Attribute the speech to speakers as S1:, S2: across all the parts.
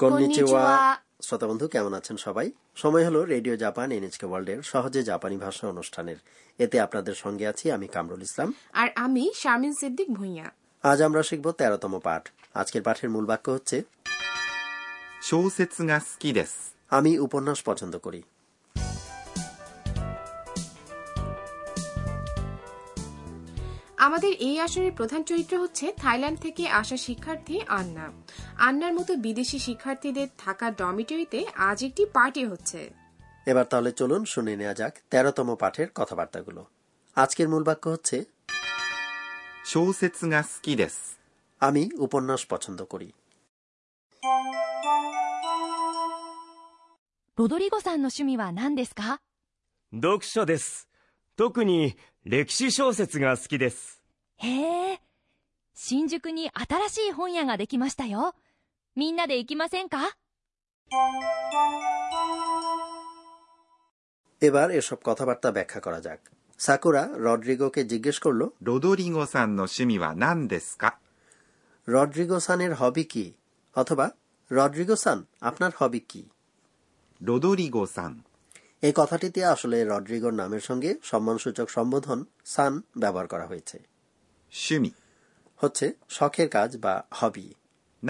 S1: Konnichiwa
S2: konnichiwa.
S1: শ্রোতা বন্ধু কেমন আছেন সবাই সময় হলো রেডিও জাপান এনএচকে ওয়ার্ল্ডের সহজে জাপানি ভাষা অনুষ্ঠানের এতে আপনাদের সঙ্গে আছি আমি কামরুল ইসলাম
S2: আর আমি শারমিন সিদ্দিক ভুঁইয়া
S1: আজ আমরা শিখব তেরোতম পাঠ আজকের পাঠের মূল বাক্য হচ্ছে
S3: 小説が好きです
S1: আমি উপন্যাস পছন্দ করি
S2: আমাদের এই আসরের প্রধান চরিত্র হচ্ছে থাইল্যান্ড থেকে আসা শিক্ষার্থী আন্না আন্নার মতো বিদেশি শিক্ষার্থীদের থাকা ডমিটরিতে আজ একটি পার্টি হচ্ছে
S1: এবার তাহলে চলুন শুনে নেওয়া যাক তেরোতম পাঠের কথাবার্তাগুলো আজকের মূল বাক্য হচ্ছে
S3: 小説が好きです
S1: আমি উপন্যাস পছন্দ করি
S4: ロドリゴさんの趣味は何ですか
S5: 読書です。特に歴史小説が好きです。
S4: へえ。新宿に新しい本屋ができましたよ。みんなで行きませんか
S1: এবার এসব কথাবার্তা ব্যাখ্যা করা যাক সাকুরা রড্রিগোকে জিজ্ঞেস করলো
S3: ロドリゴさんの趣味は何ですか
S1: রড্রিগো সানের হবি কি অথবা রড্রিগো সান আপনার হবি কি
S3: ロドリゴさん
S1: এই কথাটিতে আসলে রড্রিগোর নামের সঙ্গে সম্মানসূচক সম্বোধন সান ব্যবহার করা হয়েছে
S3: 趣味
S1: হচ্ছে শখের কাজ বা হবি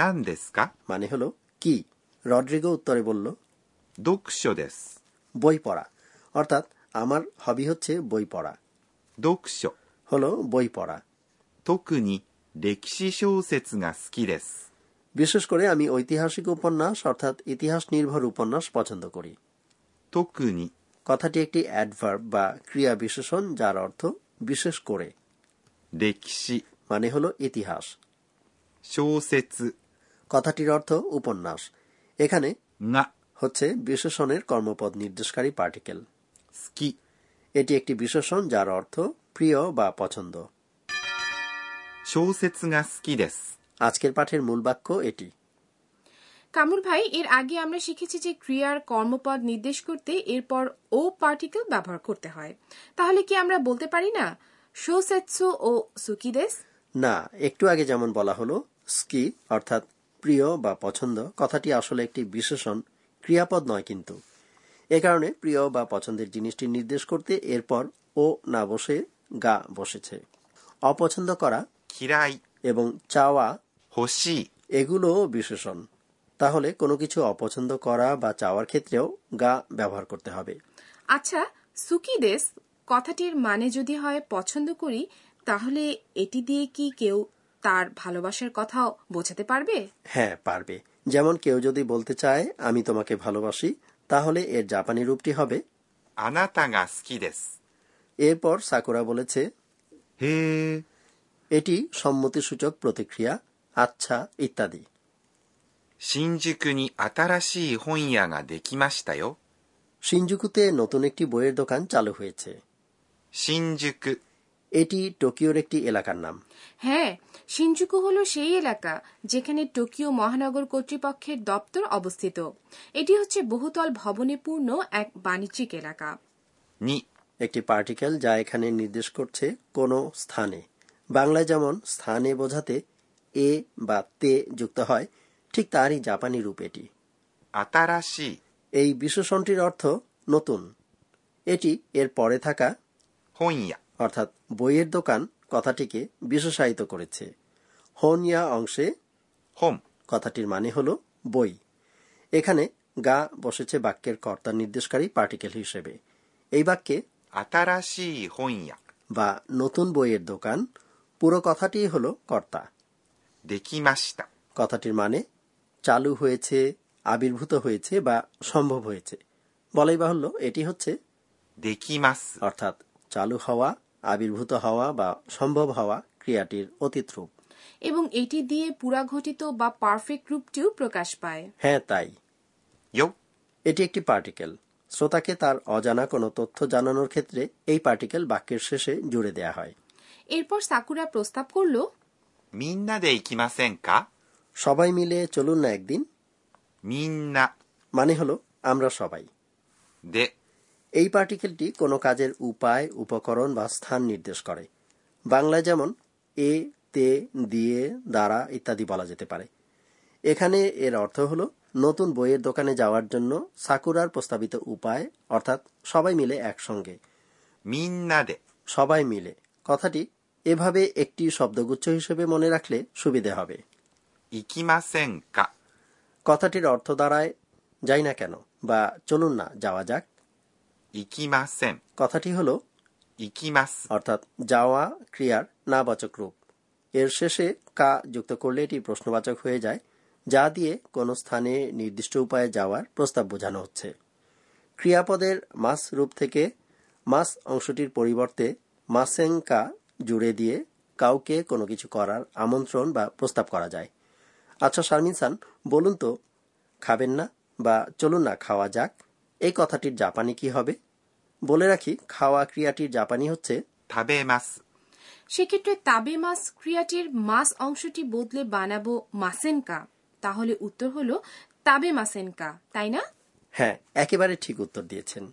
S3: 何ですか
S1: মানে হলো কি রড্রিগো উত্তরে বলল
S3: 読書です
S1: বই পড়া অর্থাৎ আমার হবি হচ্ছে বই পড়া
S3: 読書
S1: হলো বই পড়া
S3: 特に歴史小説が好きです
S1: বিশেষ করে আমি ঐতিহাসিক উপন্যাস অর্থাৎ ইতিহাস নির্ভর উপন্যাস পছন্দ করি
S3: 特に
S1: কথাটি একটি অ্যাডভার্ব বা ক্রিয়া বিশেষণ যার অর্থ বিশেষ করে
S3: 歴史
S1: মানে হলো ইতিহাস
S3: 小説
S1: কথাটির অর্থ উপন্যাস এখানে
S3: が
S1: হচ্ছে বিশেষণের কর্মপদ নির্দেশকারী পার্টিকেল
S3: 好き
S1: এটি একটি বিশেষণ যার অর্থ প্রিয় বা পছন্দ
S3: 小説が好きです
S1: আজকের পাঠের মূল বাক্য এটি
S2: কামুর ভাই এর আগে আমরা শিখেছি যে ক্রিয়ার কর্মপদ নির্দেশ করতে এরপর ও পার্টিকেল ব্যবহার করতে হয় তাহলে কি আমরা বলতে পারি না সোসেৎসু ও সুকিদেস
S1: না একটু আগে যেমন বলা হলো স্কি অর্থাৎ প্রিয় বা পছন্দ কথাটি আসলে একটি বিশেষণ ক্রিয়াপদ নয় কিন্তু এ কারণে প্রিয় বা পছন্দের জিনিসটি নির্দেশ করতে এরপর ও না বসে গা বসেছে অপছন্দ করা
S3: 嫌い
S1: এবং চাওয়া
S3: 欲しい
S1: এগুলোও বিশেষণ তাহলে কোনো কিছু অপছন্দ করা বা চাওয়ার ক্ষেত্রেও গা ব্যবহার করতে হবে
S2: আচ্ছা সুকিদেস কথাটির মানে যদি হয় পছন্দ করি তাহলে এটি দিয়ে কি কেউ তার ভালোবাসার কথাও বোঝাতে পারবে
S1: হ্যাঁ পারবে যেমন কেউ যদি বলতে চায় আমি তোমাকে ভালোবাসি তাহলে এর জাপানি রূপটি হবে
S3: あなたが好きです
S1: এরপর সাকুরা বলেছে
S3: へえ
S1: এটি সম্মতিসূচক প্রতিক্রিয়া আচ্ছা ইত্যাদি
S3: 新宿に新しい本屋ができましたよ
S1: সিনজুকুতে নতুন একটি বইয়ের দোকান চালু হয়েছে
S3: 新宿
S1: এটি টোকিওর একটি এলাকার নাম
S2: হ্যাঁ শিনজুকু হলো সেই এলাকা যেখানে টোকিও মহানগর কর্তৃপক্ষের দপ্তর অবস্থিত এটি হচ্ছে বহুতল ভবনে পূর্ণ এক বাণিজ্যিক এলাকা
S3: に
S1: একটি পার্টিকেল যা এখানে নির্দেশ করছে কোনো স্থানে বাংলায় যেমন স্থানে বোঝাতে এ বা তে যুক্ত হয় ঠিক তারই জাপানি রূপ এটি
S3: 新しい
S1: এই বিশেষণটির অর্থ নতুন এটি এর পরে থাকা
S3: 本屋
S1: অর্থাৎ বইয়ের দোকান কথাটিকে বিশেষায়িত করেছে হনিয়া অংশে
S3: 本
S1: কথাটির মানে হল বই এখানে গা বসেছে বাক্যের কর্তা নির্দেশকারী পার্টিকেল হিসেবে এই বাক্যে
S3: 新しい本屋
S1: বা নতুন বইয়ের দোকান পুরো কথাটি হল কর্তা
S3: できました
S1: কথাটির মানে চালু হয়েছে আবির্ভূত হয়েছে বা সম্ভব হয়েছে বলাই বাহুল্য এটি হচ্ছে
S3: できます
S1: অর্থাৎ চালু হওয়া আবির্ভূত হওয়া বা সম্ভব হওয়া ক্রিয়াটির অতীত রূপ
S2: এবং এটি দিয়ে পুরাঘটিত বা পারফেক্ট রূপটিও প্রকাশ পায়
S1: হ্যাঁ তাই
S3: よ
S1: এটি একটি পার্টিকেল শ্রোতাকে তার অজানা কোনো তথ্য জানানোর ক্ষেত্রে এই পার্টিকেল বাক্যের শেষে জুড়ে দেয়া হয়
S2: এরপর সাকুরা প্রস্তাব করলো
S3: みんなで行きませんか
S1: সবাই মিলে চলুন না একদিন
S3: みんな
S1: মানে হলো আমরা সবাই
S3: で
S1: এই পার্টিকেলটি কোনো কাজের উপায় উপকরণ বা স্থান নির্দেশ করে বাংলায় যেমন এ তে দিয়ে দ্বারা ইত্যাদি বলা যেতে পারে এখানে এর অর্থ হলো নতুন বইয়ের দোকানে যাওয়ার জন্য সাকুরার প্রস্তাবিত উপায় অর্থাৎ সবাই মিলে একসঙ্গে
S3: みんなで
S1: সবাই মিলে কথাটি এভাবে একটি শব্দগুচ্ছ হিসেবে মনে রাখলে সুবিধে হবে
S3: 行きませんか
S1: কথাটির অর্থ দাঁড়ায় যাই না কেন বা চলুন না যাওয়া যাক
S3: 行きません
S1: কথাটি হলো
S3: 行きます
S1: অর্থাৎ যাওয়া ক্রিয়ার নাবাচক রূপ এর শেষে কা যুক্ত করলে এটি প্রশ্নবাচক হয়ে যায় যা দিয়ে কোনো স্থানে নির্দিষ্ট উপায়ে যাওয়ার প্রস্তাব বোঝানো হচ্ছে ক্রিয়াপদের মাস রূপ থেকে মাস অংশটির পরিবর্তে মাসেং কা জুড়ে দিয়ে কাউকে কোনো কিছু করার আমন্ত্রণ বা প্রস্তাব করা যায় আচ্ছা শারমিন সান বলুন তো খাবেন না বা চলুন না খাওয়া যাক এই কথাটির জাপানি কি হবে বলে রাখি খাওয়া ক্রিয়াটির জাপানি হচ্ছে
S3: 食べます
S2: সেক্ষেত্রে তাবে মাস ক্রিয়াটির মাস অংশটি বদলে বানাবো মাসেনকা তাহলে উত্তর হলো তাবে মাসেনকা তাই না
S1: হ্যাঁ একেবারে ঠিক উত্তর দিয়েছেন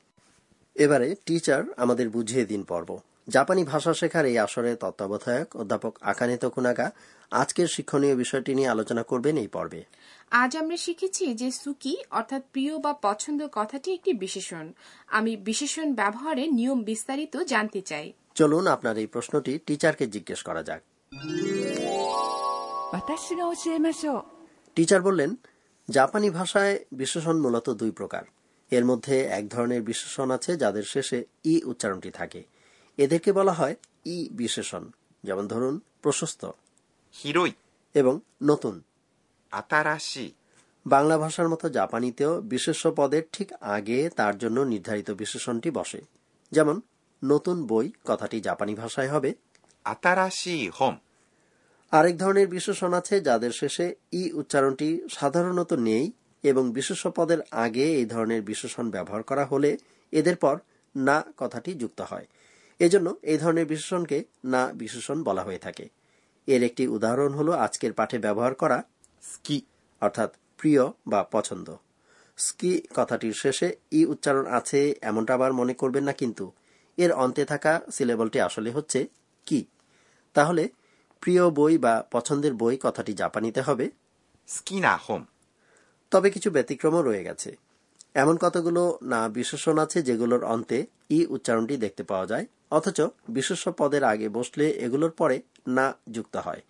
S1: এবারে টিচার আমাদের বুঝিয়ে দিন পর্ব জাপানি ভাষা শেখার এই আসরের তত্ত্বাবধায়ক অধ্যাপক আকানে তকুনাগা আজকের শিক্ষণীয় বিষয়টি নিয়ে আলোচনা করবেন এই পর্বে
S2: আজ আমরা শিখেছি যে সুকি অর্থাৎ প্রিয় বা পছন্দ কথাটি একটি বিশেষণ আমি বিশেষণ ব্যবহারে নিয়ম বিস্তারিত জানতে চাই
S1: চলুন আপনার এই প্রশ্নটি টিচারকে জিজ্ঞেস করা যাক
S6: 私が教えましょう
S1: টিচার বললেন জাপানি ভাষায় বিশেষণ মূলত দুই প্রকার এর মধ্যে এক ধরনের বিশেষণ আছে যাদের শেষে ই উচ্চারণটি থাকে এদেরকে বলা হয় ই বিশেষণ যেমন ধরুন প্রশস্ত
S3: 広い
S1: এবং নতুন
S3: 新しい
S1: বাংলা ভাষার মতো জাপানিতেও বিশেষ্য পদের ঠিক আগে তার জন্য নির্ধারিত বিশেষণটি বসে যেমন নতুন বই কথাটি জাপানি ভাষায় হবে
S3: 新しい本
S1: আরেক ধরনের বিশেষণ আছে যাদের শেষে ই উচ্চারণটি সাধারণত নেই এবং বিশেষ্য পদের আগে এই ধরনের বিশেষণ ব্যবহার করা হলে এদের পর না কথাটি যুক্ত হয় এজন্য এই ধরনের বিশেষণকে না বিশেষণ বলা হয়ে থাকে এর একটি উদাহরণ হলো আজকের পাঠে ব্যবহার করা
S3: 好き
S1: অর্থাৎ প্রিয় বা পছন্দ স্কি কথাটির শেষে ই উচ্চারণ আছে এমনটা আবার মনে করবেন না কিন্তু এর অন্তে থাকা সিলেবলটি আসলে হচ্ছে কি তাহলে প্রিয় বই বা পছন্দের বই কথাটি জাপানিতে হবে
S3: 好きな本
S1: তবে কিছু ব্যতিক্রমও রয়ে গেছে এমন কতগুলো না বিশেষণ আছে যেগুলোর অন্তে ই উচ্চারণটি দেখতে পাওয়া যায় অথচ বিশেষ্য পদের আগে বসলে এগুলোর পরে না যুক্ত হয়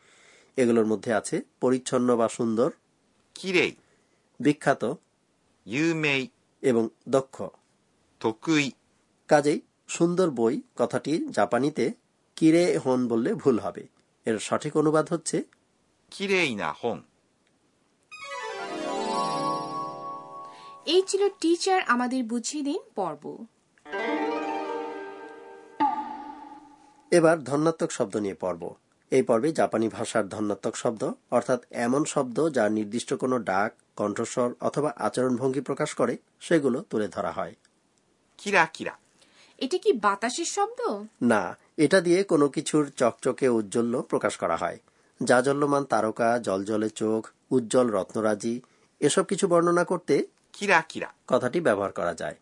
S1: এগুলোর মধ্যে আছে পরিচ্ছন্ন বা সুন্দর
S3: きれい
S1: বিখ্যাত
S3: 有名
S1: এবং দক্ষ
S3: 得意
S1: কাজেই সুন্দর বই কথাটি জাপানিতে কিরে হন বললে ভুল হবে এর সঠিক অনুবাদ হচ্ছে
S3: きれいな本
S2: এই ছিল টিচার আমাদের বুঝিয়ে দিন পর্ব
S1: এবার ধন্যাত্মক শব্দ নিয়ে পর্ব এই পর্বে জাপানি ভাষার ধন্যাত্মক শব্দ অর্থাৎ এমন শব্দ যা নির্দিষ্ট কোনো ডাক কণ্ঠস্বর অথবা আচরণভঙ্গি প্রকাশ করে সেগুলো তুলে ধরা হয়
S3: キラキラ
S2: এটা কি বাতাসের শব্দ
S1: না এটা দিয়ে কোনো কিছুর চকচকে উজ্জ্বল্য প্রকাশ করা হয় জাজল্যমান তারকা জলজলে চোখ উজ্জ্বল রত্নরাজি এসব কিছু বর্ণনা করতে
S3: キラキラ
S1: কথাটি ব্যবহার করা যায়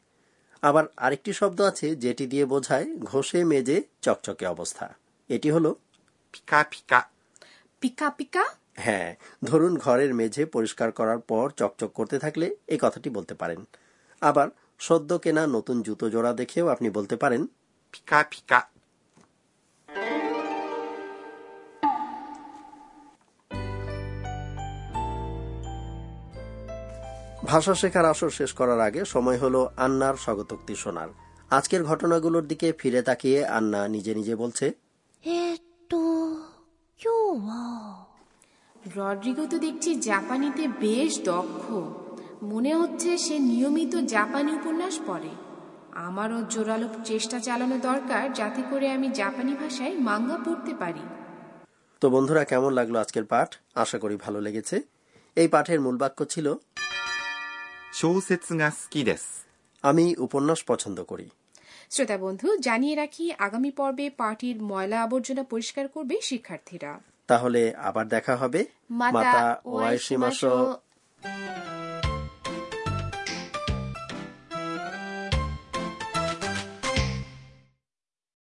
S1: আবার আরেকটি শব্দ আছে যেটি দিয়ে বোঝায় ঘষে মেজে চকচকে অবস্থা এটি হলো
S3: ピカピカ
S2: পিকা পিকা
S1: হ্যাঁ ধরুন ঘরের মেঝে পরিষ্কার করার পর চকচক করতে থাকলে এই কথাটি বলতে পারেন আবার সদ্য কেনা নতুন জুতো জোড়া দেখেও আপনি বলতে পারেন
S3: ピカピカ
S1: ভাষা শেখার আসর শেষ করার আগে সময় হলো আন্নার স্বগতোক্তি শোনার আজকের ঘটনাগুলোর দিকে ফিরে তাকিয়ে আন্না নিজে নিজে বলছে
S4: えーっと、今日は、
S2: রড্রিগো তো দেখছি জাপানিতে বেশ দক্ষ মনে হচ্ছে সে নিয়মিত জাপানি উপন্যাস পড়ে আমারও জোরালো চেষ্টা চালানো দরকার যাতে করে আমি জাপানি ভাষায় মাঙ্গা পড়তে পারি
S1: তো বন্ধুরা কেমন লাগলো আজকের পাঠ আশা করি ভালো লেগেছে এই পাঠের মূল বাক্য ছিল
S3: 小説が好きです
S1: আমি উপন্যাস পছন্দ করি
S2: শ্রোতা বন্ধু জানিয়ে রাখি আগামী পর্বে পার্টির ময়লা আবর্জনা পরিষ্কার করবে শিক্ষার্থীরা
S1: তাহলে আবার দেখা হবে
S2: মাতা ওয়াইশিমাশো।